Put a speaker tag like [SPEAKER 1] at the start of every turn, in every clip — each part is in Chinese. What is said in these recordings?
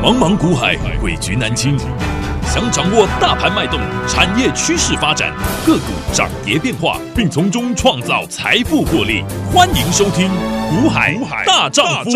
[SPEAKER 1] 茫茫股海，诡局难清。想掌握大盘脉动、产业趋势发展、个股涨跌变化，并从中创造财富获利，欢迎收听《股海大丈夫》。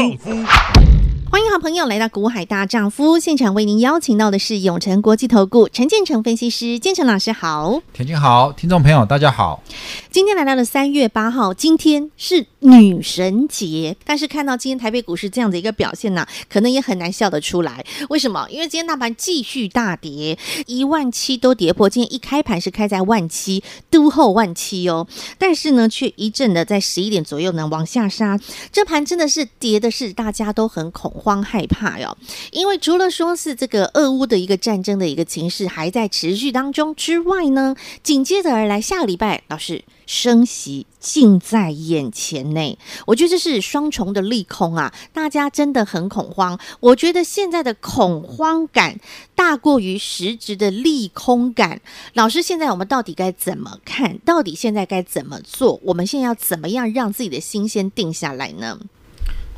[SPEAKER 2] 欢迎好朋友来到《股海大丈夫》现场，为您邀请到的是永诚国际投顾陈建成分析师，建成老师好。
[SPEAKER 3] 田青好，听众朋友大家好。
[SPEAKER 2] 今天来到了三月八号，今天是女神节，但是看到今天台北股市这样的一个表现呢、可能也很难笑得出来。为什么？因为今天大盘继续大跌，一万七都跌破，今天一开盘是开在万七，都后万七哦，但是呢，却一阵的在十一点左右呢往下杀，这盘真的是跌的是大家都很恐慌害怕哟、因为除了说是这个俄乌的一个战争的一个情势还在持续当中之外呢，紧接着而来下个礼拜老师升息近在眼前呢，我觉得这是双重的利空啊，大家真的很恐慌。我觉得现在的恐慌感大过于实质的利空感。老师，现在我们到底该怎么看？到底现在该怎么做？我们现在要怎么样让自己的心先定下来呢？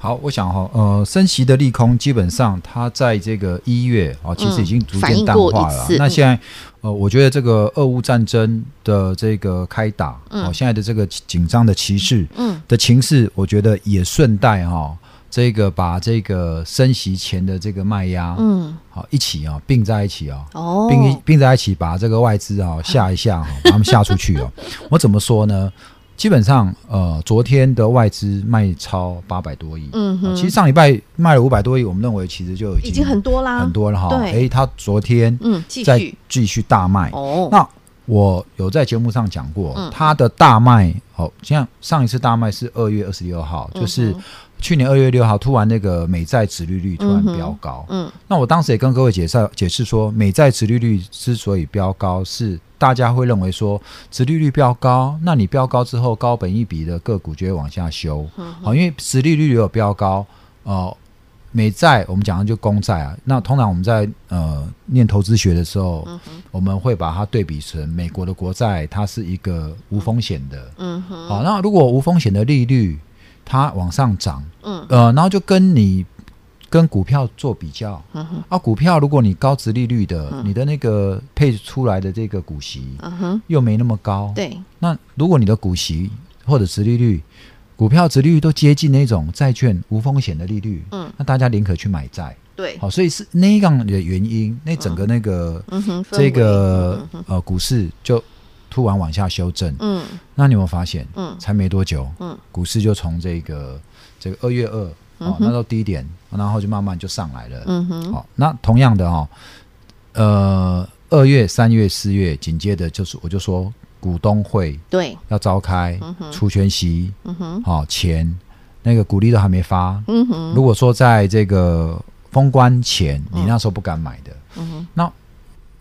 [SPEAKER 3] 好，我想哈、呃，升息的利空基本上它在这个一月啊、哦其实已经逐
[SPEAKER 2] 反应
[SPEAKER 3] 渐淡
[SPEAKER 2] 过
[SPEAKER 3] 化
[SPEAKER 2] 一
[SPEAKER 3] 了啊。
[SPEAKER 2] 次
[SPEAKER 3] 那
[SPEAKER 2] 嗯
[SPEAKER 3] 现在呃，我觉得这个俄乌战争的这个开打，哦，现在的这个紧张的歧视，
[SPEAKER 2] 嗯，
[SPEAKER 3] 的情势，我觉得也顺带哈、这个把这个升息前的这个卖压，
[SPEAKER 2] 嗯，
[SPEAKER 3] 好、一起啊、并在一起啊、
[SPEAKER 2] 哦，
[SPEAKER 3] 并一并在一起把这个外资 啊、吓一吓哈、把他们吓出去哦。我怎么说呢？基本上呃，昨天的外资卖超八百多亿，
[SPEAKER 2] 嗯哼
[SPEAKER 3] 哦其实上礼拜卖了五百多亿，我们认为其实就已经
[SPEAKER 2] 已经很多啦，
[SPEAKER 3] 很多了哈、
[SPEAKER 2] 对
[SPEAKER 3] 诶，他昨天
[SPEAKER 2] 嗯，继
[SPEAKER 3] 再
[SPEAKER 2] 续
[SPEAKER 3] 继续大卖，
[SPEAKER 2] 哦，
[SPEAKER 3] 那我有在节目上讲过
[SPEAKER 2] 嗯，
[SPEAKER 3] 它的大卖，哦，像上一次大卖是二月二十六号，
[SPEAKER 2] 嗯哼
[SPEAKER 3] 就是去年二月六号，突然那个美债殖利率突然
[SPEAKER 2] 嗯哼
[SPEAKER 3] 飙高。
[SPEAKER 2] 嗯
[SPEAKER 3] 那我当时也跟各位解释解释说，美债殖利率之所以飙高，是大家会认为说殖利率飙高，那你飙高之后，高本一比的个股就会往下修，
[SPEAKER 2] 嗯
[SPEAKER 3] 好、因为殖利率有飙高，呃，美债我们讲的就公债啊，那通常我们在呃念投资学的时候，
[SPEAKER 2] 嗯
[SPEAKER 3] 我们会把它对比成美国的国债，它是一个无风险的，
[SPEAKER 2] 嗯哼
[SPEAKER 3] 好、那如果无风险的利率它往上涨，
[SPEAKER 2] 嗯
[SPEAKER 3] 呃，然后就跟你跟股票做比较，
[SPEAKER 2] 嗯哼
[SPEAKER 3] 啊，股票如果你高值利率的，你的那个配出来的这个股息
[SPEAKER 2] 嗯哼，
[SPEAKER 3] 又没那么高，，
[SPEAKER 2] 对，
[SPEAKER 3] 那如果你的股息或者值利率，股票值利率都接近那种债券无风险的利率，
[SPEAKER 2] 嗯，
[SPEAKER 3] 那大家宁可去买债，
[SPEAKER 2] 对，
[SPEAKER 3] 好、所以是那样的原因，那整个那个、
[SPEAKER 2] 嗯哼，氛
[SPEAKER 3] 这
[SPEAKER 2] 围
[SPEAKER 3] 个呃股市就突然往下修正，
[SPEAKER 2] 嗯
[SPEAKER 3] 那你有没有发现，
[SPEAKER 2] 嗯
[SPEAKER 3] 才没多久，
[SPEAKER 2] 嗯
[SPEAKER 3] 股市就从这个这个二月二、哦，那到低点，然后就慢慢就上来了，
[SPEAKER 2] 嗯哼，
[SPEAKER 3] 好、那同样的哦，呃，二月、三月、四月，紧接着就是我就说股东会
[SPEAKER 2] 对，
[SPEAKER 3] 要召开，除权息，
[SPEAKER 2] 嗯哼，
[SPEAKER 3] 好、钱那个股利都还没发。
[SPEAKER 2] 嗯哼，
[SPEAKER 3] 如果说在这个封关前，你那时候不敢买的，
[SPEAKER 2] 嗯哼，
[SPEAKER 3] 那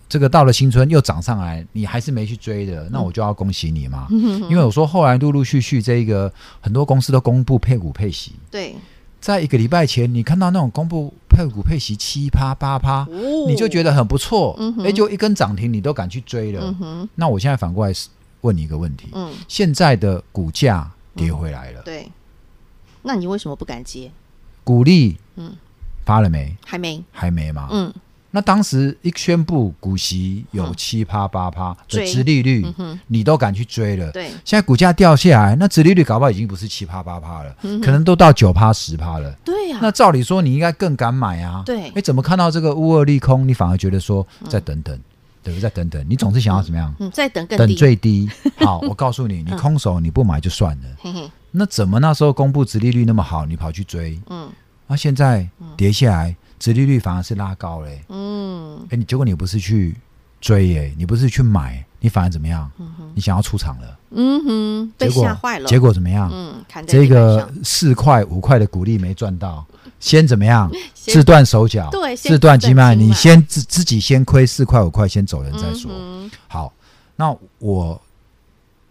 [SPEAKER 3] 这个到了新春又涨上来，你还是没去追
[SPEAKER 2] 嗯
[SPEAKER 3] 的，那我就要恭喜你嘛，因为我说后来陆陆续续这一个很多公司都公布配股配息，
[SPEAKER 2] 对，
[SPEAKER 3] 在一个礼拜前，你看到那种公布配股配息七趴八趴，
[SPEAKER 2] 哦
[SPEAKER 3] 你就觉得很不错，哎、
[SPEAKER 2] 嗯哼
[SPEAKER 3] 就一根涨停你都敢去追了。
[SPEAKER 2] 嗯哼，
[SPEAKER 3] 那我现在反过来问你一个问题：
[SPEAKER 2] 嗯，
[SPEAKER 3] 现在的股价跌回来了，
[SPEAKER 2] 对，那你为什么不敢接？
[SPEAKER 3] 股利
[SPEAKER 2] 嗯
[SPEAKER 3] 发了没？
[SPEAKER 2] 还没，
[SPEAKER 3] 还没吗？
[SPEAKER 2] 嗯
[SPEAKER 3] 那当时一宣布股息有七趴八趴的
[SPEAKER 2] 追
[SPEAKER 3] 殖利率，
[SPEAKER 2] 嗯哼，
[SPEAKER 3] 你都敢去追了。
[SPEAKER 2] 对，
[SPEAKER 3] 现在股价掉下来，那殖利率搞不好已经不是七趴八趴了，
[SPEAKER 2] 嗯
[SPEAKER 3] 可能都到九趴十趴了。
[SPEAKER 2] 对呀、
[SPEAKER 3] 那照理说你应该更敢买啊。
[SPEAKER 2] 啊对
[SPEAKER 3] 哎，怎么看到这个乌二利空，你反而觉得说再等等，对不对？再等等，你总是想要怎么样？
[SPEAKER 2] 嗯，再等更
[SPEAKER 3] 等
[SPEAKER 2] 低，嗯
[SPEAKER 3] 最 低。好，我告诉你，你空手你不买就算了。
[SPEAKER 2] 嘿嘿，
[SPEAKER 3] 那怎么那时候公布殖利率那么好，你跑去追？
[SPEAKER 2] 嗯
[SPEAKER 3] 那、现在跌下来，殖利率反而是拉高嘞、
[SPEAKER 2] 嗯，
[SPEAKER 3] 哎、你结果你不是去追耶、你不是去买，你反而怎么样？你想要出场了，
[SPEAKER 2] 嗯哼，嗯被
[SPEAKER 3] 结果
[SPEAKER 2] 吓坏了，
[SPEAKER 3] 结果怎么样？
[SPEAKER 2] 嗯，砍在
[SPEAKER 3] 这
[SPEAKER 2] 地板
[SPEAKER 3] 个
[SPEAKER 2] 上
[SPEAKER 3] 四块五块的股利没赚到，先怎么样？
[SPEAKER 2] 先
[SPEAKER 3] 自断手脚，
[SPEAKER 2] 对先
[SPEAKER 3] 自断
[SPEAKER 2] 自
[SPEAKER 3] 经脉。
[SPEAKER 2] 断经脉
[SPEAKER 3] 你先自自己先亏四块五块，先走人再说。
[SPEAKER 2] 嗯哼
[SPEAKER 3] 好，那我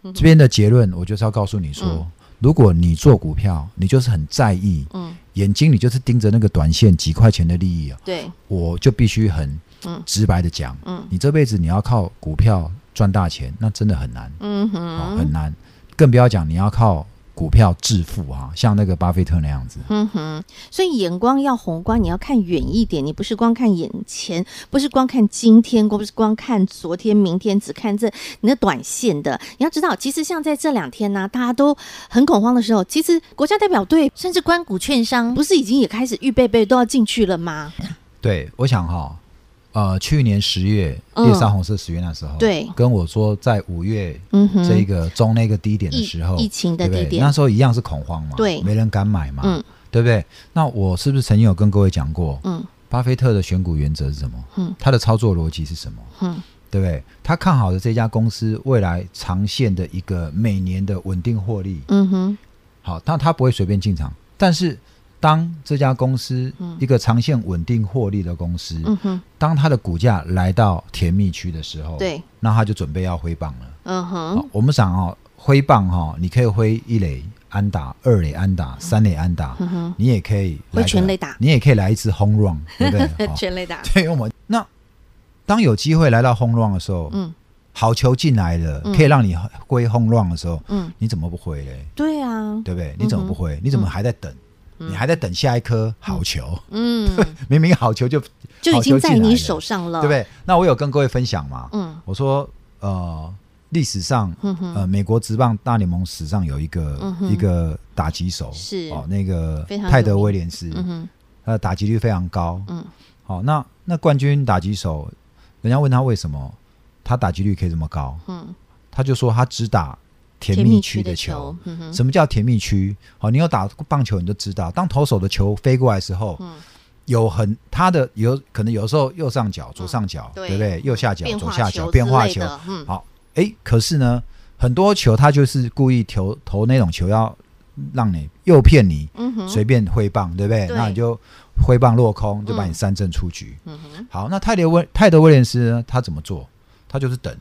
[SPEAKER 2] 嗯
[SPEAKER 3] 这边的结论，我就是要告诉你说，如果你做股票，你就是很在意，
[SPEAKER 2] 嗯，
[SPEAKER 3] 眼睛你就是盯着那个短线几块钱的利益啊，
[SPEAKER 2] 对，
[SPEAKER 3] 我就必须很
[SPEAKER 2] 嗯
[SPEAKER 3] 直白的讲，
[SPEAKER 2] 嗯
[SPEAKER 3] 你这辈子你要靠股票赚大钱，那真的很难，
[SPEAKER 2] 嗯
[SPEAKER 3] 啊，
[SPEAKER 2] 哼，
[SPEAKER 3] 很难，更不要讲你要靠股票致富啊，像那个巴菲特那样子。
[SPEAKER 2] 嗯哼，所以眼光要宏观，你要看远一点，你不是光看眼前，不是光看今天，不是光看昨天、明天，只看这你的短线的。你要知道，其实像在这两天呢、大家都很恐慌的时候，其实国家代表队甚至关谷券商，不是已经也开始预备备都要进去了吗？
[SPEAKER 3] 对，我想哈、呃，去年十月
[SPEAKER 2] 嗯
[SPEAKER 3] 夜上红色十月那时候，
[SPEAKER 2] 对
[SPEAKER 3] 跟我说在五月
[SPEAKER 2] 嗯哼，
[SPEAKER 3] 这个中那个低点的
[SPEAKER 2] 疫
[SPEAKER 3] 时候，
[SPEAKER 2] 疫情的
[SPEAKER 3] 对不
[SPEAKER 2] 地
[SPEAKER 3] 对？
[SPEAKER 2] 点，
[SPEAKER 3] 那时候一样是恐慌嘛，
[SPEAKER 2] 对
[SPEAKER 3] 没人敢买嘛，
[SPEAKER 2] 嗯
[SPEAKER 3] 对不对？那我是不是曾经有跟各位讲过，
[SPEAKER 2] 嗯
[SPEAKER 3] 巴菲特的选股原则是什么？
[SPEAKER 2] 嗯，
[SPEAKER 3] 他的操作逻辑是什么？
[SPEAKER 2] 嗯
[SPEAKER 3] 对不对？他看好的这家公司未来长线的一个每年的稳定获利，
[SPEAKER 2] 嗯哼，
[SPEAKER 3] 好，但他不会随便进场。但是当这家公司、一个长线稳定获利的公司，
[SPEAKER 2] 嗯哼，
[SPEAKER 3] 当它的股价来到甜蜜区的时候，，
[SPEAKER 2] 对，
[SPEAKER 3] 那他就准备要挥棒了。
[SPEAKER 2] 嗯
[SPEAKER 3] 好
[SPEAKER 2] 哼，，
[SPEAKER 3] 我们想哦，挥棒哈、哦，你可以挥一垒安打、二垒安打、三垒安打，
[SPEAKER 2] 嗯哼，
[SPEAKER 3] 你也可以来
[SPEAKER 2] 挥
[SPEAKER 3] 个
[SPEAKER 2] 全垒打
[SPEAKER 3] 你也可以来一支轰 run，对不对？好
[SPEAKER 2] 全垒打，
[SPEAKER 3] 对，我们那当有机会来到轰 run 的时候，
[SPEAKER 2] 嗯
[SPEAKER 3] 好球进来了，
[SPEAKER 2] 嗯
[SPEAKER 3] 可以让你挥轰 run 的时候，
[SPEAKER 2] 嗯，
[SPEAKER 3] 你怎么不挥嘞？
[SPEAKER 2] 对啊，
[SPEAKER 3] 对不对？你怎么不挥？你怎么还在等？你还在等下一颗好球？
[SPEAKER 2] 嗯，
[SPEAKER 3] 明明好球就
[SPEAKER 2] 就
[SPEAKER 3] 好
[SPEAKER 2] 已经在
[SPEAKER 3] 球进来
[SPEAKER 2] 你
[SPEAKER 3] 了
[SPEAKER 2] 手上了，
[SPEAKER 3] 对不？对？那我有跟各位分享嘛，
[SPEAKER 2] 嗯
[SPEAKER 3] 我说呃，历史上
[SPEAKER 2] 嗯哼
[SPEAKER 3] 呃，美国职棒大联盟史上有一个、
[SPEAKER 2] 嗯哼
[SPEAKER 3] 一个打击手
[SPEAKER 2] 是
[SPEAKER 3] 哦，那个
[SPEAKER 2] 非常
[SPEAKER 3] 泰
[SPEAKER 2] 有
[SPEAKER 3] 德
[SPEAKER 2] 名
[SPEAKER 3] 威廉斯，
[SPEAKER 2] 嗯哼，
[SPEAKER 3] 他的打击率非常高。
[SPEAKER 2] 嗯，
[SPEAKER 3] 好、那那冠军打击手，人家问他为什么他打击率可以这么高，
[SPEAKER 2] 嗯，
[SPEAKER 3] 他就说他只打甜
[SPEAKER 2] 蜜
[SPEAKER 3] 蜜
[SPEAKER 2] 区
[SPEAKER 3] 区
[SPEAKER 2] 的
[SPEAKER 3] 的
[SPEAKER 2] 球
[SPEAKER 3] 球。，
[SPEAKER 2] 嗯哼，
[SPEAKER 3] 什么叫甜蜜区？好、你有打过棒球你就知道，当投手的球飞过来的时候，
[SPEAKER 2] 嗯
[SPEAKER 3] 有很他的有可能有时候右上角、左上角，
[SPEAKER 2] 嗯对
[SPEAKER 3] 对不对？右下角、
[SPEAKER 2] 变
[SPEAKER 3] 左
[SPEAKER 2] 化
[SPEAKER 3] 下
[SPEAKER 2] 球
[SPEAKER 3] 角变化
[SPEAKER 2] 之类
[SPEAKER 3] 球
[SPEAKER 2] 的，嗯
[SPEAKER 3] 好，诶，可是呢，很多球他就是故意投投那种球，要让你诱骗你，
[SPEAKER 2] 嗯哼，
[SPEAKER 3] 随便挥棒，对不对？
[SPEAKER 2] 对
[SPEAKER 3] 那你就挥棒落空，就把
[SPEAKER 2] 嗯
[SPEAKER 3] 你三振出局。
[SPEAKER 2] 嗯哼，
[SPEAKER 3] 好，那泰德威泰德威廉斯呢？他怎么做？他就是等，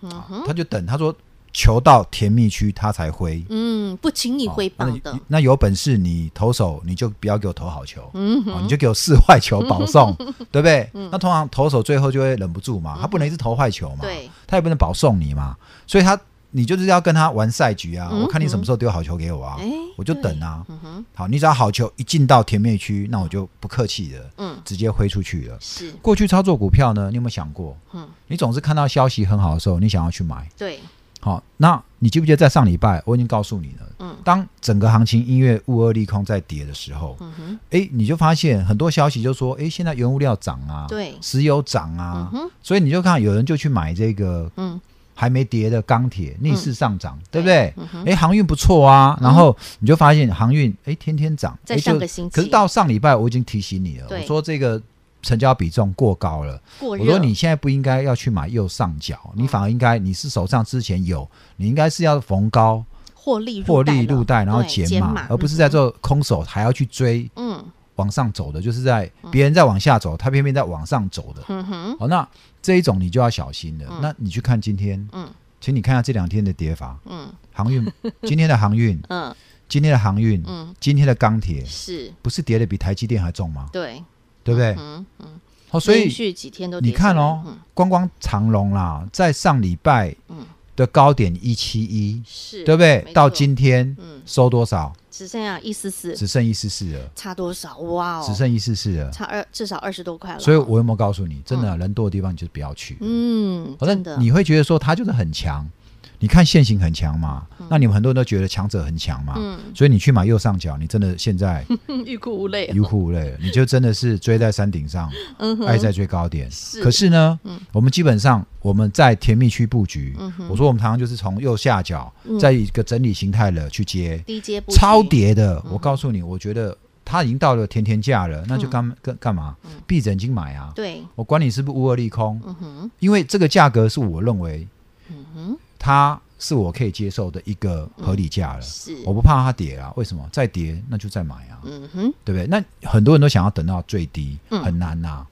[SPEAKER 2] 嗯
[SPEAKER 3] 啊
[SPEAKER 2] 哼，
[SPEAKER 3] 他就等。他说球到甜蜜区他才挥。
[SPEAKER 2] 嗯，不请你挥棒的
[SPEAKER 3] 哦，那。那有本事你投手你就不要给我投好球，
[SPEAKER 2] 嗯
[SPEAKER 3] 哦，你就给我四坏球保 送，对不对？那通常投手最后就会忍不住嘛，他不能一直投坏球嘛，
[SPEAKER 2] 对，
[SPEAKER 3] 他也不能保送你嘛，所以他你就是要跟他玩赛局啊，
[SPEAKER 2] 嗯
[SPEAKER 3] 我看你什么时候丢好球给我啊
[SPEAKER 2] 哎，
[SPEAKER 3] 我就等啊。
[SPEAKER 2] 嗯哼，
[SPEAKER 3] 好，你只要好球一进到甜蜜区，那我就不客气的，
[SPEAKER 2] 嗯，
[SPEAKER 3] 直接挥出去了。
[SPEAKER 2] 是，
[SPEAKER 3] 过去操作股票呢，你有没有想过？
[SPEAKER 2] 嗯，
[SPEAKER 3] 你总是看到消息很好的时候，你想要去买。
[SPEAKER 2] 对，
[SPEAKER 3] 好，那你记不记得在上礼拜我已经告诉你了？
[SPEAKER 2] 嗯
[SPEAKER 3] 当整个行情因为物二利空在跌的时候，
[SPEAKER 2] 嗯哼，
[SPEAKER 3] 诶，你就发现很多消息就说，诶，现在原物料涨啊，
[SPEAKER 2] 对
[SPEAKER 3] 石油涨
[SPEAKER 2] 嗯
[SPEAKER 3] 啊，
[SPEAKER 2] 哼，
[SPEAKER 3] 所以你就看有人就去买这个
[SPEAKER 2] 嗯，
[SPEAKER 3] 还没跌的钢铁逆势上涨，对不对？
[SPEAKER 2] 嗯哼，
[SPEAKER 3] 诶，航运不错啊，然后你就发现航运诶天天涨，
[SPEAKER 2] 在
[SPEAKER 3] 诶
[SPEAKER 2] 上
[SPEAKER 3] 就
[SPEAKER 2] 个星期
[SPEAKER 3] 可是到上礼拜我已经提醒你了，
[SPEAKER 2] 对
[SPEAKER 3] 我说这个成交比重过高了，
[SPEAKER 2] 过
[SPEAKER 3] 我
[SPEAKER 2] 热，
[SPEAKER 3] 说你现在不应该要去买右上角，
[SPEAKER 2] 嗯
[SPEAKER 3] 你反而应该你是手上之前有，你应该是要逢高
[SPEAKER 2] 获利入
[SPEAKER 3] 获
[SPEAKER 2] 袋
[SPEAKER 3] 利
[SPEAKER 2] 了
[SPEAKER 3] 入袋，然后
[SPEAKER 2] 对
[SPEAKER 3] 减码
[SPEAKER 2] 码，，
[SPEAKER 3] 而不是在做空手还要去追
[SPEAKER 2] 嗯
[SPEAKER 3] 往上走的，就是在别人在往下走，他偏偏在往上走的。
[SPEAKER 2] 嗯哼，
[SPEAKER 3] 好，那这一种你就要小心了。那你去看今天，
[SPEAKER 2] 嗯
[SPEAKER 3] 请你看一下这两天的跌法，
[SPEAKER 2] 嗯
[SPEAKER 3] 航运 今天的航运，
[SPEAKER 2] 嗯
[SPEAKER 3] 今天的航运，
[SPEAKER 2] 嗯，
[SPEAKER 3] 今天的钢铁，
[SPEAKER 2] 是，
[SPEAKER 3] 不是跌的比台积电还重吗？
[SPEAKER 2] 对，
[SPEAKER 3] 对不对？
[SPEAKER 2] 嗯，
[SPEAKER 3] 好，所以
[SPEAKER 2] 连续几天都
[SPEAKER 3] 你
[SPEAKER 2] 跌下
[SPEAKER 3] 看
[SPEAKER 2] 来
[SPEAKER 3] 哦
[SPEAKER 2] 嗯，
[SPEAKER 3] 光光长隆啦，在上礼拜
[SPEAKER 2] 嗯
[SPEAKER 3] 的高点一七一，
[SPEAKER 2] 是，
[SPEAKER 3] 对不对
[SPEAKER 2] 没？
[SPEAKER 3] 到
[SPEAKER 2] 错，
[SPEAKER 3] 今天
[SPEAKER 2] 嗯，
[SPEAKER 3] 收多少？
[SPEAKER 2] 只剩下一丝丝，
[SPEAKER 3] 只剩一四四了，
[SPEAKER 2] 差多少？哇哦，
[SPEAKER 3] 只剩一四四了。
[SPEAKER 2] 差二至少二十多块了，
[SPEAKER 3] 所以，我有没有告诉你，真的人多的地方你就不要去。
[SPEAKER 2] 嗯，
[SPEAKER 3] 好像
[SPEAKER 2] 真的，
[SPEAKER 3] 你会觉得说它就是很强，你看现行很强嘛，那你们很多人都觉得强者很强嘛，
[SPEAKER 2] 嗯
[SPEAKER 3] 所以你去买右上角，你真的现在
[SPEAKER 2] 欲哭无泪，
[SPEAKER 3] 欲哭无泪了，你就真的是追在山顶上，
[SPEAKER 2] 嗯
[SPEAKER 3] 爱在最高点。
[SPEAKER 2] 是嗯
[SPEAKER 3] 可是呢，我们基本上我们在甜蜜区布局，我说我们常常就是从右下角，在一个整理形态的去接
[SPEAKER 2] 低阶嗯布局嗯
[SPEAKER 3] 超跌的。我告诉你，我觉得它已经到了甜甜价了，那就干干干嘛？闭着眼睛买啊！
[SPEAKER 2] 嗯对，
[SPEAKER 3] 我管你是不是乌二利空，
[SPEAKER 2] 嗯哼，嗯
[SPEAKER 3] 因为这个价格是我认为，它是我可以接受的一个合理价了。
[SPEAKER 2] 是，
[SPEAKER 3] 我不怕它跌啊，为什么？再跌那就再买啊，
[SPEAKER 2] 嗯哼，
[SPEAKER 3] 对不对？那很多人都想要等到最低，
[SPEAKER 2] 嗯
[SPEAKER 3] 很难呐、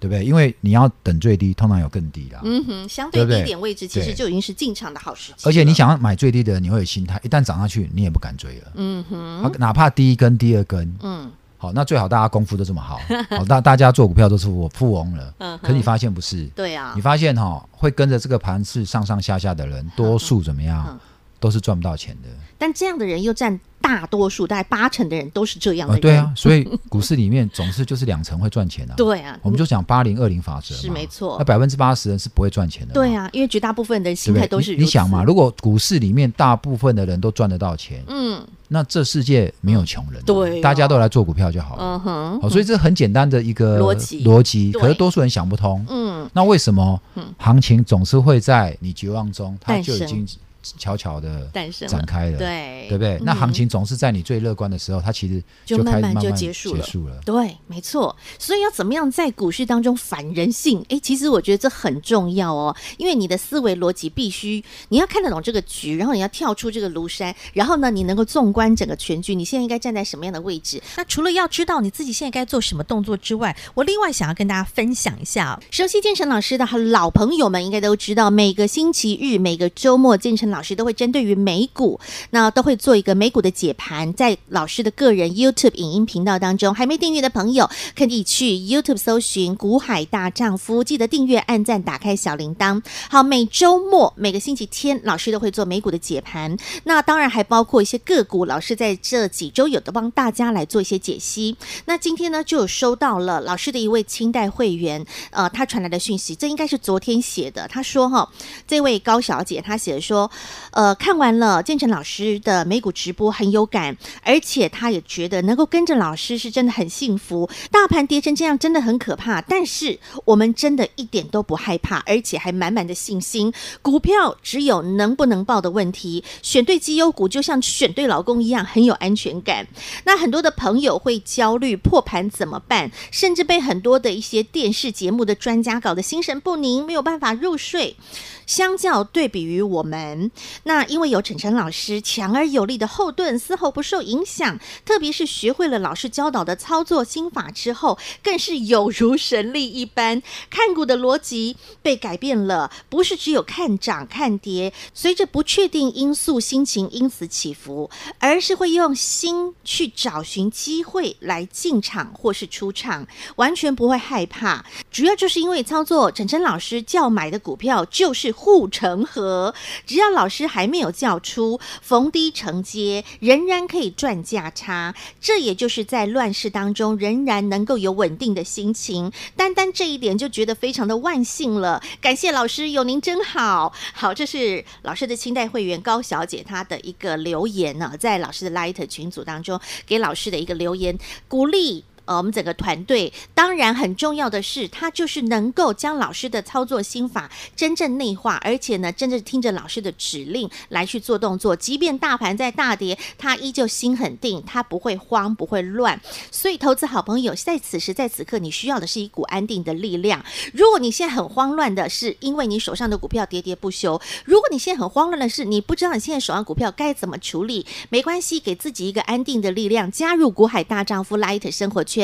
[SPEAKER 3] 对不对？因为你要等最低，通常有更低啦。
[SPEAKER 2] 嗯哼，相
[SPEAKER 3] 对不对
[SPEAKER 2] 低点位置其实
[SPEAKER 3] 对
[SPEAKER 2] 就已经是进场的好时机，
[SPEAKER 3] 而且你，想要买最低的，你会有心态，一旦涨上去，你也不敢追了。
[SPEAKER 2] 嗯哼，
[SPEAKER 3] 好哪怕第一根、第二根，
[SPEAKER 2] 嗯
[SPEAKER 3] 好，那最好大家功夫都这么好，好，大大家做股票都是富富翁了。
[SPEAKER 2] 嗯
[SPEAKER 3] 可是你
[SPEAKER 2] 哼，
[SPEAKER 3] 发现不是，
[SPEAKER 2] 对啊嗯
[SPEAKER 3] 你，发现哈、会跟着这个盘势上上下下的人，多数怎么样？都是赚不到钱的。
[SPEAKER 2] 但这样的人又占大多数，大概八成的人都是这样的
[SPEAKER 3] 啊，
[SPEAKER 2] 人。
[SPEAKER 3] 对啊，，所以股市里面总是就是两层会赚钱啊。，
[SPEAKER 2] 对啊，
[SPEAKER 3] 我们就讲八零二零法则嘛，
[SPEAKER 2] 是没错
[SPEAKER 3] 那百分之八十人是不会赚钱的嘛，
[SPEAKER 2] 对啊，因为绝大部分的
[SPEAKER 3] 对
[SPEAKER 2] 心
[SPEAKER 3] 不对，
[SPEAKER 2] 态都是
[SPEAKER 3] 你你想嘛，，如果股市里面大部分的人都赚得到钱，
[SPEAKER 2] 嗯
[SPEAKER 3] 那这世界没有穷人啊，
[SPEAKER 2] 对啊
[SPEAKER 3] 大家都来做股票就好了。哦
[SPEAKER 2] 嗯哼，
[SPEAKER 3] 好，所以这很简单的一个
[SPEAKER 2] 逻辑
[SPEAKER 3] 逻辑，
[SPEAKER 2] 对
[SPEAKER 3] 可是多数人想不通。
[SPEAKER 2] 嗯，
[SPEAKER 3] 那为什么行情总是会在你绝望中，它
[SPEAKER 2] 诞
[SPEAKER 3] 就已
[SPEAKER 2] 生
[SPEAKER 3] 经悄悄的
[SPEAKER 2] 诞生了
[SPEAKER 3] 展开了，
[SPEAKER 2] 对
[SPEAKER 3] 对不对？那
[SPEAKER 2] 嗯
[SPEAKER 3] 行情总是在你最乐观的时候，它其实
[SPEAKER 2] 就
[SPEAKER 3] 开始
[SPEAKER 2] 慢慢
[SPEAKER 3] 慢
[SPEAKER 2] 就结
[SPEAKER 3] 结
[SPEAKER 2] 束了
[SPEAKER 3] 束了。
[SPEAKER 2] 对，没错。所以要怎么样在股市当中反人性？诶，其实我觉得这很重要哦，因为你的思维逻辑必须你要看得懂这个局，然后你要跳出这个庐山，然后呢，你能够纵观整个全局，你现在应该站在什么样的位置？
[SPEAKER 4] 那除了要知道你自己现在该做什么动作之外，我另外想要跟大家分享一下哦，
[SPEAKER 2] 熟悉建成老师的老朋友们应该都知道，每个星期日、每个周末，建成老师都会针对于美股，那都会做一个美股的解盘，在老师的个人 YouTube 影音频道当中。还没订阅的朋友，可以去 YouTube 搜寻“股海大丈夫”，记得订阅、按赞、打开小铃铛。好，每周末、每个星期天，老师都会做美股的解盘，那当然还包括一些个股，老师在这几周有的帮大家来做一些解析。那今天呢，就有收到了老师的一位清代会员，呃，他传来的讯息，这应该是昨天写的。他说哈，这位高小姐她写的说，呃，看完了建成老师的美股直播很有感，而且她也觉得能够跟着老师是真的很幸福。大盘跌成这样真的很可怕，但是我们真的一点都不害怕，而且还满满的信心。股票只有能不能报的问题，选对绩优股就像选对老公一样，很有安全感。那很多的朋友会焦虑破盘怎么办，甚至被很多的一些电视节目的专家搞得心神不宁，没有办法入睡。相较对比于我们，那因为有晨晨老师强而有力的后盾，丝毫不受影响。特别是学会了老师教导的操作心法之后，更是有如神力一般。看股的逻辑被改变了，不是只有看涨看跌，随着不确定因素，心情因此起伏，而是会用心去找寻机会来进场或是出场，完全不会害怕。主要就是因为操作晨晨老师叫买的股票就是护城河，只要老师还没有叫出，逢低承接，仍然可以赚价差。这也就是在乱世当中，仍然能够有稳定的心情。单单这一点就觉得非常的万幸了。感谢老师，有您真好。好，这是老师的清代会员高小姐她的一个留言呢、在老师的 Light 群组当中给老师的一个留言，鼓励呃，我们整个团队，当然很重要的是，他就是能够将老师的操作心法真正内化，而且呢，真正听着老师的指令来去做动作。即便大盘在大跌，他依旧心很定，他不会慌，不会乱。所以，投资好朋友在此时在此刻，你需要的是一股安定的力量。如果你现在很慌乱的是因为你手上的股票喋喋不休，如果你现在很慌乱的是你不知道你现在手上股票该怎么处理，没关系，给自己一个安定的力量，加入股海大丈夫 Light 生活圈，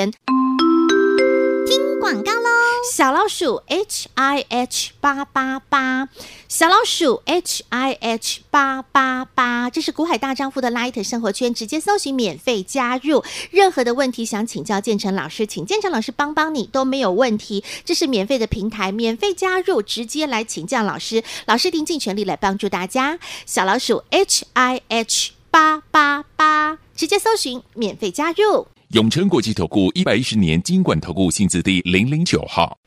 [SPEAKER 4] 广告喽。
[SPEAKER 2] 小老鼠 H I H 八八八，小老鼠 H I H 八八八，这是股海大丈夫的 Light 生活圈，直接搜寻免费加入。任何的问题想请教建成老师，请建成老师帮帮你都没有问题。这是免费的平台，免费加入，直接来请教老师，老师定尽全力来帮助大家。小老鼠 H I H 八八八，直接搜寻免费加入。
[SPEAKER 5] 永诚国际投顾一百一十年金管投顾性质第零零九号。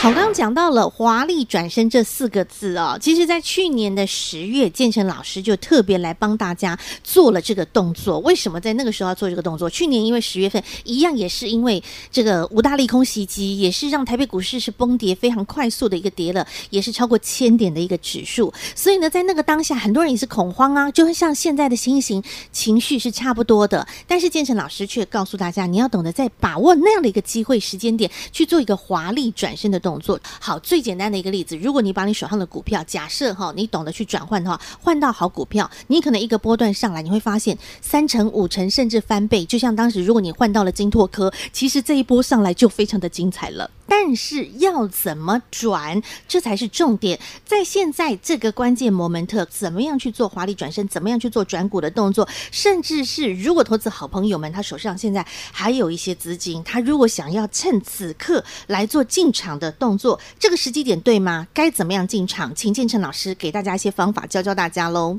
[SPEAKER 2] 好，刚刚讲到了“华丽转身”这四个字哦，其实，在去年的十月，建成老师就特别来帮大家做了这个动作。为什么在那个时候要做这个动作？去年因为十月份一样，也是因为这个五大利空袭击，也是让台北股市是崩跌非常快速的一个跌了，也是超过千点的一个指数。所以呢，在那个当下，很多人也是恐慌啊，就会像现在的情形，情绪是差不多的。但是建成老师却告诉大家，你要懂得在把握那样的一个机会时间点，去做一个华丽转身的动作。好，最简单的一个例子，如果你把你手上的股票，假设哈，你懂得去转换的话，换到好股票，你可能一个波段上来，你会发现三成、五成甚至翻倍。就像当时，如果你换到了金拓科，其实这一波上来就非常的精彩了。但是要怎么转，这才是重点。在现在这个关键 moment，怎么样去做华丽转身，怎么样去做转股的动作，甚至是如果投资好朋友们他手上现在还有一些资金，他如如果想要趁此刻来做进场的动作，这个时机点对吗？该怎么样进场？请建成老师给大家一些方法，教教大家喽。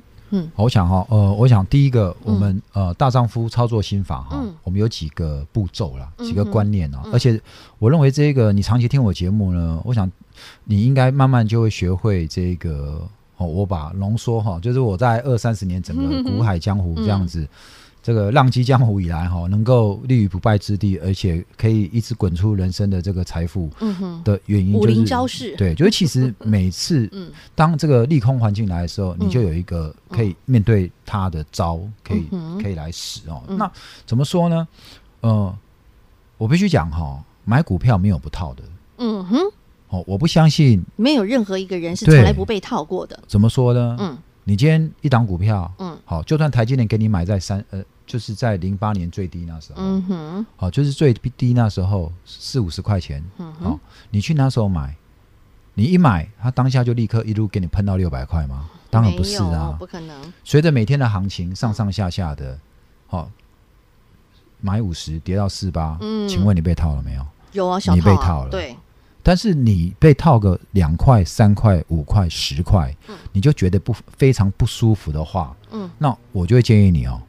[SPEAKER 3] 好我想哈、呃，我想第一个，我们、呃大丈夫操作心法哈、
[SPEAKER 2] 嗯
[SPEAKER 3] 我们有几个步骤啦，几个
[SPEAKER 2] 嗯哼
[SPEAKER 3] 观念啊、而且我认为这个你长期听我节目呢，我想你应该慢慢就会学会这个哦，我把浓缩哈，就是我在二三十年整个股海江湖这样
[SPEAKER 2] 嗯
[SPEAKER 3] 子。这个浪迹江湖以来，哈，能够立于不败之地，而且可以一直滚出人生的这个财富
[SPEAKER 2] 嗯哼，
[SPEAKER 3] 的原因，
[SPEAKER 2] 武
[SPEAKER 3] 就是
[SPEAKER 2] 林招式
[SPEAKER 3] 对，就是其实每次
[SPEAKER 2] 嗯
[SPEAKER 3] 当这个利空环境来的时候，
[SPEAKER 2] 嗯
[SPEAKER 3] 你就有一个可以面对它的招，可以
[SPEAKER 2] 嗯哼
[SPEAKER 3] 可以来使哦。
[SPEAKER 2] 嗯
[SPEAKER 3] 那怎么说呢？呃，我必须讲哈，买股票没有不套的
[SPEAKER 2] 嗯哼，
[SPEAKER 3] 哦。我不相信，
[SPEAKER 2] 没有任何一个人是
[SPEAKER 3] 对
[SPEAKER 2] 从来不被套过的。
[SPEAKER 3] 怎么说呢？
[SPEAKER 2] 嗯
[SPEAKER 3] 你今天一档股票，
[SPEAKER 2] 嗯
[SPEAKER 3] 好，就算台积电给你买在三呃，就是在零八年最低那时候，
[SPEAKER 2] 嗯哼，
[SPEAKER 3] 好，就是最低那时候四五十块钱，
[SPEAKER 2] 嗯
[SPEAKER 3] 好、
[SPEAKER 2] 哼，
[SPEAKER 3] 你去那时候买，你一买，它当下就立刻一路给你喷到六百块吗？当然不是
[SPEAKER 2] 没有
[SPEAKER 3] 啊
[SPEAKER 2] 不。可能。
[SPEAKER 3] 随着每天的行情上上下下的，好、买五十跌到四八、
[SPEAKER 2] 嗯
[SPEAKER 3] 请问你被套了没有？
[SPEAKER 2] 有啊，小
[SPEAKER 3] 你
[SPEAKER 2] 套、啊、
[SPEAKER 3] 被套了
[SPEAKER 2] 对，
[SPEAKER 3] 但是你被套个两块、三块、五块、十块，你就觉得不非常不舒服的话，
[SPEAKER 2] 嗯，
[SPEAKER 3] 那我就会建议你哦，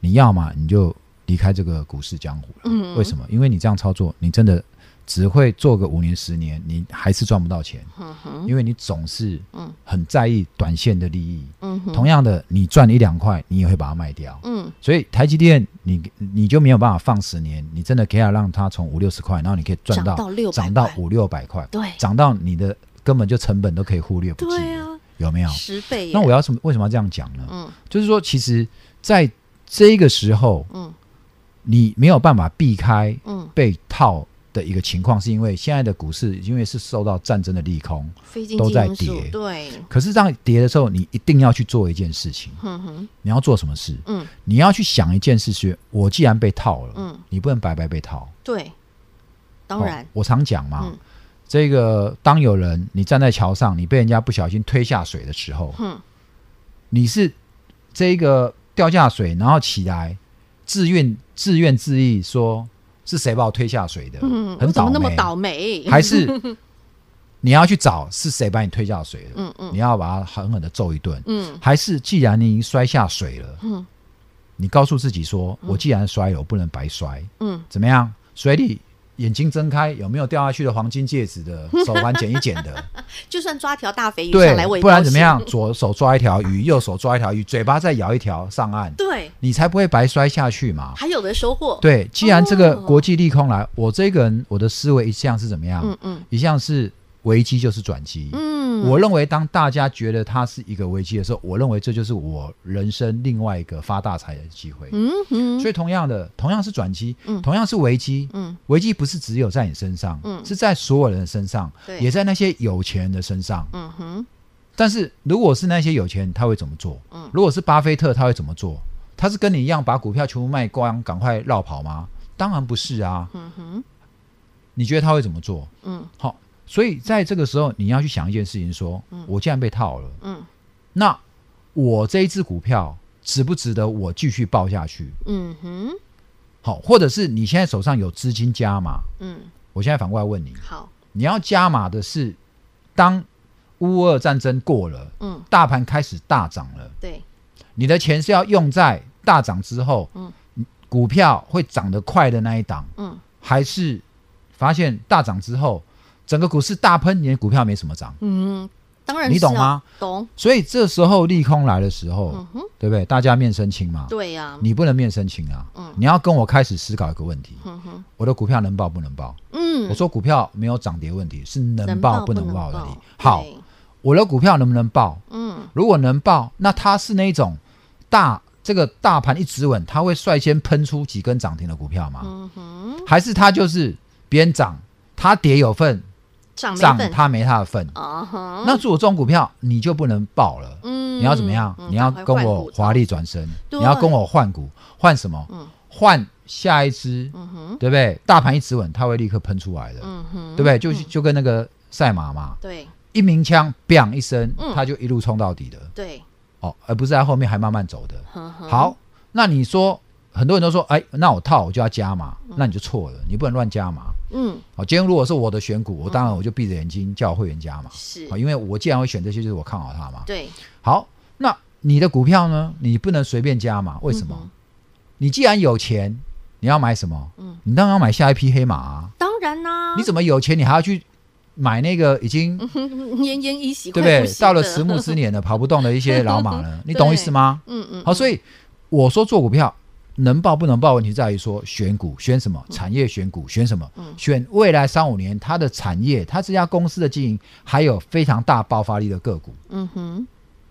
[SPEAKER 3] 你要嘛你就离开这个股市江湖了。
[SPEAKER 2] 嗯
[SPEAKER 3] 为什么？因为你这样操作，你真的只会做个五年、十年，你还是赚不到钱，
[SPEAKER 2] 嗯哼，
[SPEAKER 3] 因为你总是
[SPEAKER 2] 嗯
[SPEAKER 3] 很在意短线的利益。
[SPEAKER 2] 嗯哼，
[SPEAKER 3] 同样的，你赚一两块，你也会把它卖掉。
[SPEAKER 2] 嗯
[SPEAKER 3] 所以台积电，你你就没有办法放十年，你真的可以让它从五六十块，然后你可以赚
[SPEAKER 2] 涨到600
[SPEAKER 3] 涨到
[SPEAKER 2] 块
[SPEAKER 3] 五六百块，
[SPEAKER 2] 对
[SPEAKER 3] 涨到你的根本就成本都可以忽略不计，
[SPEAKER 2] 对啊，
[SPEAKER 3] 有没有？
[SPEAKER 2] 十倍耶。
[SPEAKER 3] 那我要什么？为什么要这样讲呢？
[SPEAKER 2] 嗯
[SPEAKER 3] 就是说，其实在这个时候，
[SPEAKER 2] 嗯
[SPEAKER 3] 你没有办法避开
[SPEAKER 2] 嗯，
[SPEAKER 3] 被套的一个情况，是因为现在的股市因为是受到战争的利空，
[SPEAKER 2] 非经
[SPEAKER 3] 都
[SPEAKER 2] 济
[SPEAKER 3] 在
[SPEAKER 2] 因素
[SPEAKER 3] 跌
[SPEAKER 2] 对，
[SPEAKER 3] 可是这样跌的时候，你一定要去做一件事情。
[SPEAKER 2] 嗯哼，
[SPEAKER 3] 你要做什么事？
[SPEAKER 2] 嗯，
[SPEAKER 3] 你要去想一件事是：我既然被套了，
[SPEAKER 2] 嗯，
[SPEAKER 3] 你不能白白被套。
[SPEAKER 2] 对，当然
[SPEAKER 3] 哦，我常讲嘛，
[SPEAKER 2] 嗯
[SPEAKER 3] 这个当有人你站在桥上，你被人家不小心推下水的时候，
[SPEAKER 2] 哼
[SPEAKER 3] 你是这个掉下水，然后起来自愿自愿自缢说是谁把我推下水的，
[SPEAKER 2] 嗯，
[SPEAKER 3] 很
[SPEAKER 2] 我怎
[SPEAKER 3] 倒
[SPEAKER 2] 么
[SPEAKER 3] 霉，
[SPEAKER 2] 那么倒霉？
[SPEAKER 3] 还是你要去找是谁把你推下水的，
[SPEAKER 2] 嗯嗯
[SPEAKER 3] 你要把他狠狠的揍一顿，
[SPEAKER 2] 嗯
[SPEAKER 3] 还是既然你已经摔下水了，
[SPEAKER 2] 嗯
[SPEAKER 3] 你告诉自己说，我既然摔了，我不能白摔，
[SPEAKER 2] 嗯，
[SPEAKER 3] 怎么样？水里眼睛睁开，有没有掉下去的黄金戒指的手环捡一 捡的？
[SPEAKER 2] 就算抓条大肥鱼上
[SPEAKER 3] 对
[SPEAKER 2] 来，我，也
[SPEAKER 3] 不然
[SPEAKER 2] 高
[SPEAKER 3] 怎么
[SPEAKER 2] 兴
[SPEAKER 3] 样？？左手抓一条 鱼，右手抓一条鱼，嘴巴再咬一条上岸，
[SPEAKER 2] 对，
[SPEAKER 3] 你才不会白摔下去嘛。
[SPEAKER 2] 还有的收获。，
[SPEAKER 3] 对，既然这个
[SPEAKER 2] 哦
[SPEAKER 3] 国际利空来，我这个人我的思维一向是怎么样？
[SPEAKER 2] 嗯嗯
[SPEAKER 3] 一向是危机就是转机。
[SPEAKER 2] 嗯，
[SPEAKER 3] 我认为，当大家觉得它是一个危机的时候，我认为这就是我人生另外一个发大财的机会。
[SPEAKER 2] 嗯哼，
[SPEAKER 3] 所以，同样的，同样是转机，
[SPEAKER 2] 嗯
[SPEAKER 3] 同样是危机，
[SPEAKER 2] 嗯
[SPEAKER 3] 危机不是只有在你身上，
[SPEAKER 2] 嗯
[SPEAKER 3] 是在所有人的身上，
[SPEAKER 2] 对
[SPEAKER 3] 也在那些有钱人的身上。
[SPEAKER 2] 嗯哼，
[SPEAKER 3] 但是，如果是那些有钱人，他会怎么做？
[SPEAKER 2] 嗯
[SPEAKER 3] 如果是巴菲特，他会怎么做？他是跟你一样把股票全部卖光，赶快绕跑吗？当然不是啊。
[SPEAKER 2] 嗯哼，
[SPEAKER 3] 你觉得他会怎么做？
[SPEAKER 2] 嗯
[SPEAKER 3] 好，所以在这个时候，你要去想一件事情说我既然被套了，
[SPEAKER 2] 嗯
[SPEAKER 3] 那我这一只股票值不值得我继续抱下去？
[SPEAKER 2] 嗯哼，
[SPEAKER 3] 好，或者是你现在手上有资金加码，
[SPEAKER 2] 嗯，
[SPEAKER 3] 我现在反过来问你，
[SPEAKER 2] 好，
[SPEAKER 3] 你要加码的是当乌俄战争过了，
[SPEAKER 2] 嗯，
[SPEAKER 3] 大盘开始大涨了，
[SPEAKER 2] 对，
[SPEAKER 3] 你的钱是要用在大涨之后，
[SPEAKER 2] 嗯，
[SPEAKER 3] 股票会涨得快的那一档，
[SPEAKER 2] 嗯，
[SPEAKER 3] 还是发现大涨之后，整个股市大喷，你的股票没什么涨，
[SPEAKER 2] 嗯，当然
[SPEAKER 3] 你
[SPEAKER 2] 是
[SPEAKER 3] 懂
[SPEAKER 2] 要
[SPEAKER 3] 吗？
[SPEAKER 2] 懂，
[SPEAKER 3] 所以这时候利空来的时候，
[SPEAKER 2] 嗯哼，
[SPEAKER 3] 对不对？大家面生青嘛，
[SPEAKER 2] 对呀，
[SPEAKER 3] 你不能面生青啊，
[SPEAKER 2] 嗯
[SPEAKER 3] 你要跟我开始思考一个问题，
[SPEAKER 2] 嗯哼，
[SPEAKER 3] 我的股票能爆不能爆？
[SPEAKER 2] 嗯，
[SPEAKER 3] 我说股票没有涨跌问题，是能爆不能爆的问题
[SPEAKER 2] 对。
[SPEAKER 3] 好，我的股票能不能爆？
[SPEAKER 2] 嗯
[SPEAKER 3] 如果能爆，那它是那一种大这个大盘一直稳，它会率先喷出几根涨停的股票吗？
[SPEAKER 2] 嗯哼，
[SPEAKER 3] 还是它就是别人涨，它跌有份，
[SPEAKER 2] 长
[SPEAKER 3] 涨
[SPEAKER 2] 眉粉
[SPEAKER 3] 它没它的份？
[SPEAKER 2] 啊哈，
[SPEAKER 3] 那如果这种股票你就不能爆了。
[SPEAKER 2] 嗯，
[SPEAKER 3] 你要怎么样？
[SPEAKER 2] 嗯
[SPEAKER 3] 你要跟我华，丽转身，
[SPEAKER 2] 对
[SPEAKER 3] 你要跟我换股，换什么？
[SPEAKER 2] 嗯
[SPEAKER 3] 换下一只，
[SPEAKER 2] 赶快换股嗯哼，
[SPEAKER 3] 对不对？大盘一直稳，它会立刻喷出来的，
[SPEAKER 2] 嗯哼，
[SPEAKER 3] 对不对？就就跟那个赛马嘛，
[SPEAKER 2] 对
[SPEAKER 3] 一鸣枪 bang 一声
[SPEAKER 2] 嗯，
[SPEAKER 3] 它就一路冲到底的
[SPEAKER 2] 对，嗯
[SPEAKER 3] 哦，而不是在后面还慢慢走的。
[SPEAKER 2] 呵呵，
[SPEAKER 3] 好，那你说很多人都说，哎，那我套我就要加码，那你就错了，你不能乱加码。
[SPEAKER 2] 嗯，
[SPEAKER 3] 好，今天如果是我的选股，我当然我就闭着眼睛叫我会员加码，
[SPEAKER 2] 是
[SPEAKER 3] 好，因为我既然会选这些，就是我看好它嘛。
[SPEAKER 2] 对，
[SPEAKER 3] 好，那你的股票呢？你不能随便加码，为什么？
[SPEAKER 2] 嗯
[SPEAKER 3] 你既然有钱，你要买什么？
[SPEAKER 2] 嗯
[SPEAKER 3] 你当然要买下一匹黑马啊！
[SPEAKER 2] 当然啦、
[SPEAKER 3] 你怎么有钱，你还要去买那个已经、
[SPEAKER 2] 奄奄一息，
[SPEAKER 3] 对不
[SPEAKER 2] 快
[SPEAKER 3] 对
[SPEAKER 2] 嗯不？行
[SPEAKER 3] 到了迟暮之年了，跑不动的一些老马 呢？你懂意思吗？
[SPEAKER 2] 嗯嗯，
[SPEAKER 3] 好，所以我说做股票能爆不能爆，问题在于说选股，选什么产业，选股，选什么，
[SPEAKER 2] 嗯
[SPEAKER 3] 选未来三五年它的产业，它这家公司的经营，还有非常大爆发力的个股，
[SPEAKER 2] 嗯哼，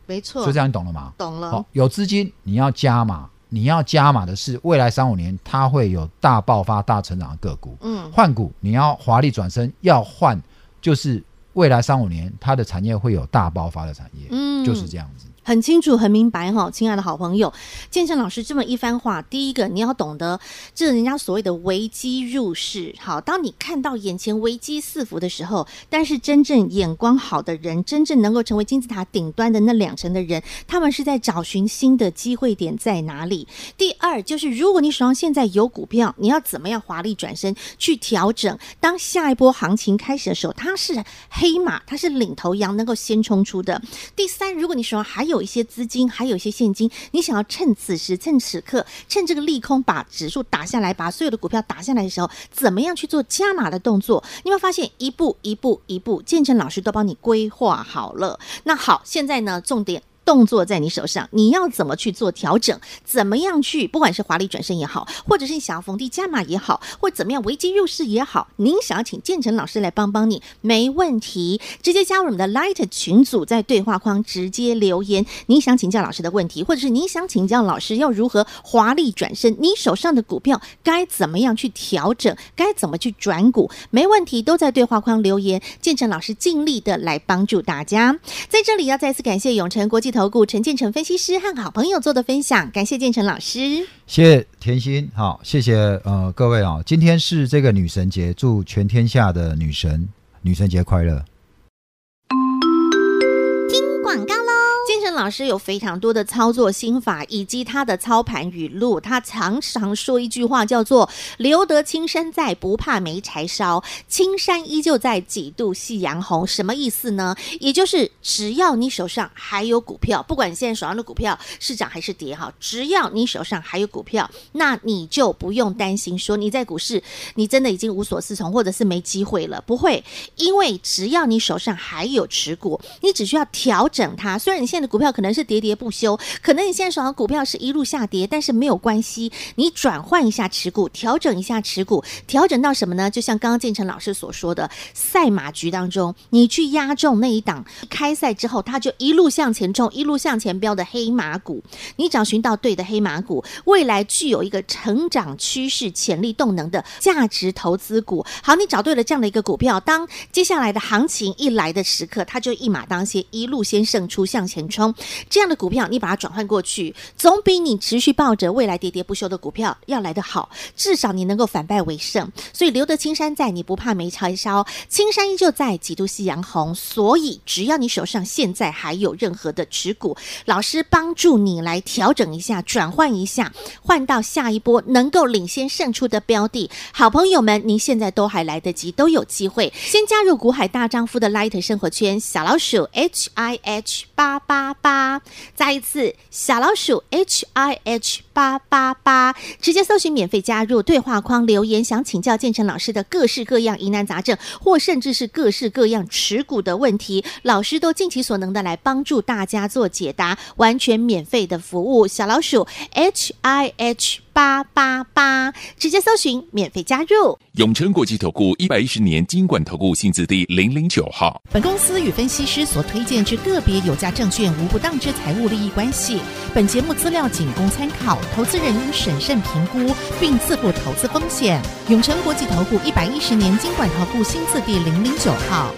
[SPEAKER 2] 没错，
[SPEAKER 3] 所以这样你懂了吗？
[SPEAKER 2] 懂了，
[SPEAKER 3] 好，有资金你要加码，你要加码的是未来三五年它会有大爆发、大成长的个股。
[SPEAKER 2] 嗯
[SPEAKER 3] 换股你要华丽转身，要换就是未来三五年它的产业会有大爆发的产业，
[SPEAKER 2] 嗯
[SPEAKER 3] 就是这样子。
[SPEAKER 2] 很清楚、很明白哈，亲爱的好朋友，建成老师这么一番话，第一个你要懂得，这人家所谓的危机入市。好，当你看到眼前危机四伏的时候，但是真正眼光好的人，真正能够成为金字塔顶端的那两成的人，他们是在找寻新的机会点在哪里。第二就是，如果你手上现在有股票，你要怎么样华丽转身去调整？当下一波行情开始的时候，它是黑马，它是领头羊，能够先冲出的。第三，如果你手上还有一些资金，还有一些现金，你想要趁此时、趁此刻、趁这个利空把指数打下来，把所有的股票打下来的时候，怎么样去做加码的动作？你有没有发现一步一步一步，建成老师都帮你规划好了。那好，现在呢，重点。动作在你手上，你要怎么去做调整？怎么样去，不管是华丽转身也好，或者是你想要逢低加码也好，或怎么样危机入市也好，您想要请建成老师来帮帮你，没问题，直接加入我们的 Light 群组，在对话框直接留言，您想请教老师的问题，或者是您想请教老师要如何华丽转身，你手上的股票该怎么样去调整，该怎么去转股，没问题，都在对话框留言，建成老师尽力的来帮助大家。在这里要再次感谢永诚国际投顾陈建成分析师和好朋友做的分享，感谢建成老师。
[SPEAKER 3] 谢谢甜心，好，谢谢呃各位啊、今天是这个女神节，祝全天下的女神女神节快乐。
[SPEAKER 2] 广告喽。建成老师有非常多的操作心法，以及他的操盘语录。他常常说一句话，叫做“留得青山在，不怕没柴烧”。青山依旧在，几度夕阳红。什么意思呢？也就是只要你手上还有股票，不管你现在手上的股票是涨还是跌哈，只要你手上还有股票，那你就不用担心说你在股市你真的已经无所适从，或者是没机会了。不会，因为只要你手上还有持股，你只需要调整它。虽然你现在的股票可能是喋喋不休，可能你现在手上的股票是一路下跌，但是没有关系，你转换一下持股，调整一下持股，调整到什么呢？就像刚刚建成老师所说的，赛马局当中，你去压中那一档开赛之后，它就一路向前冲，一路向前飙的黑马股，你找寻到对的黑马股，未来具有一个成长趋势、潜力动能的价值投资股。好，你找对了这样的一个股票，当接下来的行情一来的时刻，它就一马当先，一路先胜出，向前冲。这样的股票，你把它转换过去，总比你持续抱着未来喋喋不休的股票要来得好。至少你能够反败为胜。所以留得青山在，你不怕没柴烧。青山依旧在，几度夕阳红。所以只要你手上现在还有任何的持股，老师帮助你来调整一下，转换一下，换到下一波能够领先胜出的标的。好朋友们，您现在都还来得及，都有机会。先加入股海大丈夫的 Light 生活圈，小老鼠 H I H 八八八。再一次，小老鼠 H I H 八八八，直接搜寻免费加入对话框留言，想请教建成老师的各式各样疑难杂症，或甚至是各式各样持股的问题，老师都尽其所能的来帮助大家做解答，完全免费的服务。小老鼠 H I H 八八八，直接搜寻免费加入。
[SPEAKER 5] 永诚国际投顾一百一十年金管投顾性质第零零九号。
[SPEAKER 4] 本公司与分析师所推荐之个别有价证券无不当之财务利益关系。本节目资料仅供参考，投资人应审慎评估并自负投资风险。永诚国际投顾一百一十年经管投顾新字第零零九号。